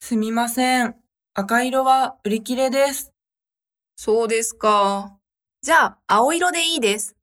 すみません。赤色は売り切れです。そうですか。じゃあ、青色でいいです。